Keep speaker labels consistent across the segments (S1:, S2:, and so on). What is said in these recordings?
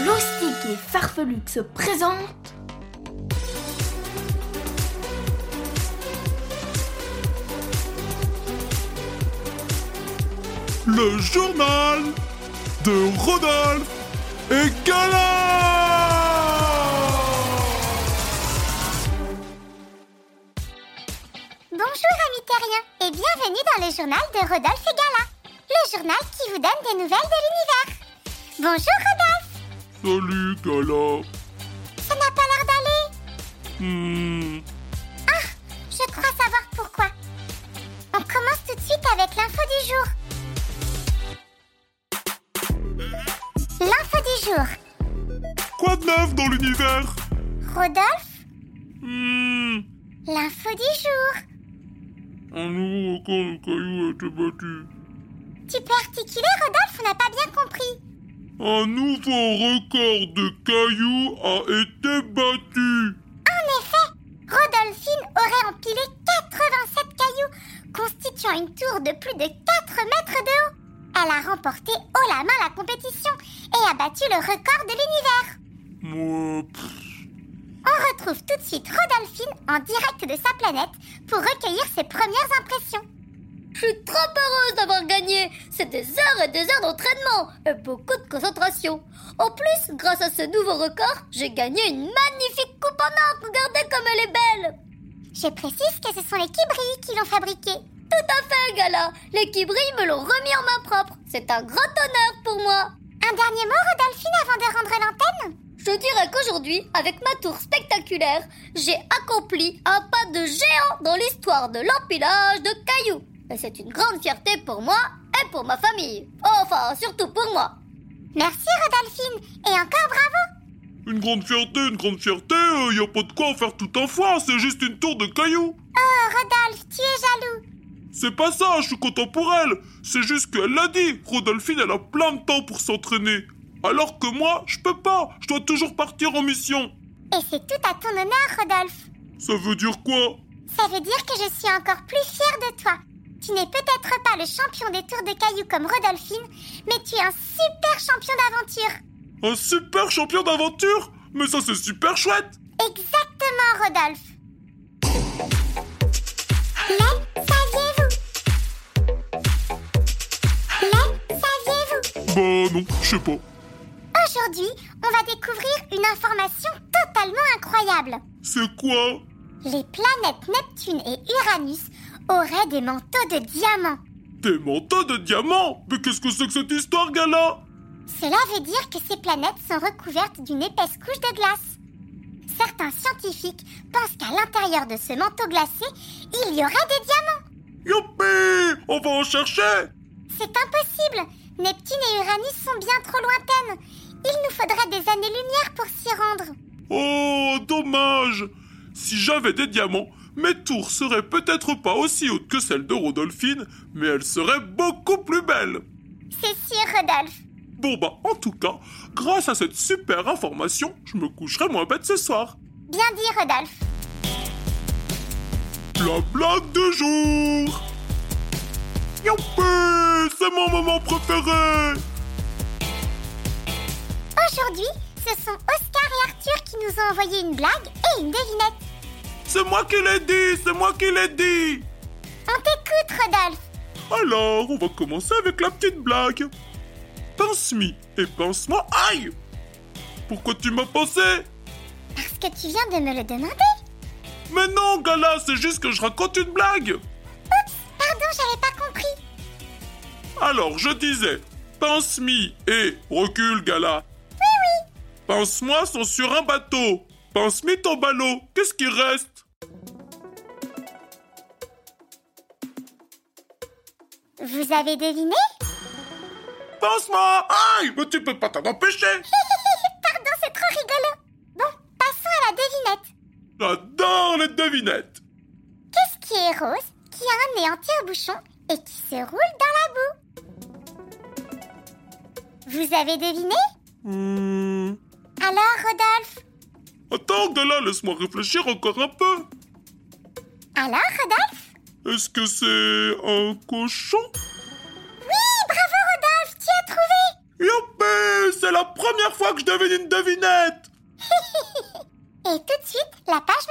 S1: Loustique et Farfelux se présentent
S2: le journal de Rodolphe et Gala
S3: Bonjour amis terriens et bienvenue dans le journal de Rodolphe et Gala, le journal qui vous donne des nouvelles de l'univers. Bonjour Rodolphe,
S2: Salut Gala
S3: ça n'a pas l'air d'aller. Ah,
S2: Hmm,
S3: Je crois savoir pourquoi. On commence tout de suite avec l'info du jour. L'info du jour.
S2: Quoi de neuf dans l'univers
S3: Rodolphe,
S2: Hmm,
S3: l'info du jour.
S2: Un nouveau record de cailloux a été battu.
S3: Tu peux articuler Rodolphe, on n'a pas bien compris.
S2: Un nouveau record de cailloux a été battu
S3: En effet, Rodolphine aurait empilé 87 cailloux, constituant une tour de plus de 4 mètres de haut. Elle a remporté haut la main la compétition et a battu le record de l'univers.
S2: Moi, pff,
S3: On retrouve tout de suite Rodolphine en direct de sa planète pour recueillir ses premières impressions.
S4: Je suis trop heureuse d'avoir gagné. C'est des heures et des heures d'entraînement et beaucoup de concentration. En plus, grâce à ce nouveau record, j'ai gagné une magnifique coupe en or. Regardez comme elle est belle.
S3: Je précise que ce sont les Kibri qui l'ont fabriquée.
S4: Tout à fait, Gala. Les Kibri me l'ont remis en main propre. C'est un grand honneur pour moi.
S3: Un dernier mot, Rodolphine, avant de rendre l'antenne
S4: Je dirais qu'aujourd'hui, avec ma tour spectaculaire, j'ai accompli un pas de géant dans l'histoire de l'empilage de cailloux. Et c'est une grande fierté pour moi et pour ma famille. Enfin, surtout pour moi.
S3: Merci, Rodolphine, et encore bravo
S2: une grande fierté, une grande fierté, euh, y a pas de quoi en faire tout un foin, c'est juste une tour de cailloux
S3: Oh, Rodolphe, tu es jaloux
S2: C'est pas ça, je suis content pour elle. C'est juste qu'elle l'a dit. Rodolphine, elle a plein de temps pour s'entraîner. Alors que moi, je peux pas. Je dois toujours partir en mission.
S3: Et c'est tout à ton honneur, Rodolphe.
S2: Ça veut dire quoi
S3: Ça veut dire que je suis encore plus fière de toi. Tu n'es peut-être pas le champion des tours de cailloux comme Rodolphine, mais tu es un super champion d'aventure.
S2: Un super champion d'aventure Mais ça, c'est super chouette.
S3: Exactement, Rodolphe. Le saviez-vous Le saviez-vous
S2: Bah non, je sais pas.
S3: Aujourd'hui, on va découvrir une information totalement incroyable.
S2: C'est quoi
S3: Les planètes Neptune et Uranus auraient des manteaux de diamants.
S2: Des manteaux de diamants Mais qu'est-ce que c'est que cette histoire, gala
S3: Cela veut dire que ces planètes sont recouvertes d'une épaisse couche de glace. Certains scientifiques pensent qu'à l'intérieur de ce manteau glacé, il y aurait des diamants.
S2: Youpi On va en chercher
S3: C'est impossible. Neptune et Uranus sont bien trop lointaines. Il nous faudrait des années-lumière pour s'y rendre.
S2: Oh, dommage Si j'avais des diamants, mes tours seraient peut-être pas aussi hautes que celles de Rodolphine, mais elles seraient beaucoup plus belles
S3: C'est sûr, Rodolphe.
S2: Bon bah, en tout cas, grâce à cette super information, je me coucherai moins bête ce soir
S3: Bien dit, Rodolphe.
S2: La blague du jour Youpi C'est mon moment préféré
S3: Aujourd'hui, ce sont Oscar et Arthur qui nous ont envoyé une blague et une devinette.
S2: C'est moi qui l'ai dit C'est moi qui l'ai dit
S3: On t'écoute, Rodolphe.
S2: Alors, on va commencer avec la petite blague. Pince-mi et pince-moi, aïe Pourquoi tu m'as pensé
S3: Parce que tu viens de me le demander.
S2: Mais non, Gala, c'est juste que je raconte une blague
S3: Pardon, j'avais pas compris.
S2: Alors, je disais, pince-mi et recule, Gala. Oui, oui Pince-moi sont sur un bateau. Pince-mi ton ballot, qu'est-ce qui reste
S3: Vous avez deviné
S2: Avance-moi Aïe Mais tu peux pas t'en empêcher
S3: Pardon, c'est trop rigolo. Bon, passons à la devinette.
S2: J'adore les devinettes
S3: Qu'est-ce qui est rose, qui a un nez en tire-bouchon et qui se roule dans la boue Vous avez deviné Alors, Rodolphe
S2: Hmm. Attends, Gala, laisse-moi réfléchir encore un peu.
S3: Alors, Rodolphe
S2: Est-ce que c'est un cochon
S3: Oui, bravo, Rodolphe Tu as trouvé
S2: Youpi C'est la première fois que je devine une devinette
S3: Et tout de suite, la page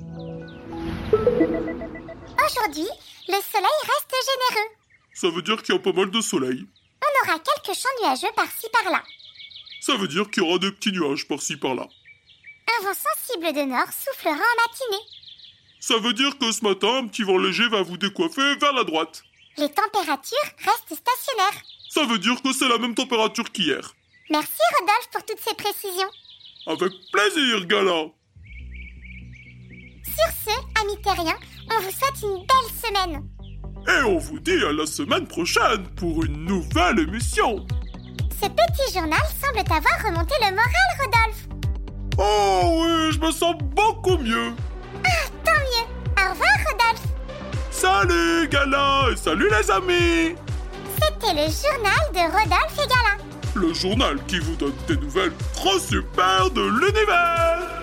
S3: météo. Aujourd'hui, le soleil reste généreux.
S2: Ça veut dire qu'il y a pas mal de soleil.
S3: On aura quelques champs nuageux par-ci par-là.
S2: Ça veut dire qu'il y aura des petits nuages par-ci par-là.
S3: Un vent sensible de nord soufflera en matinée.
S2: Ça veut dire que ce matin, un petit vent léger va vous décoiffer vers la droite.
S3: Les températures restent stationnaires.
S2: Ça veut dire que c'est la même température qu'hier.
S3: Merci Rodolphe pour toutes ces précisions.
S2: Avec plaisir, Gala
S3: Sur ce, amis terriens, on vous souhaite une belle semaine.
S2: Et on vous dit à la semaine prochaine pour une nouvelle émission
S3: Ce petit journal semble avoir remonté le moral, Rodolphe.
S2: Oh oui, je me sens beaucoup mieux
S3: Ah, Tant mieux. Au revoir, Rodolphe.
S2: Salut, Gala Et salut les amis
S3: C'était le journal de Rodolphe et Gala.
S2: le journal qui vous donne des nouvelles trop super de l'univers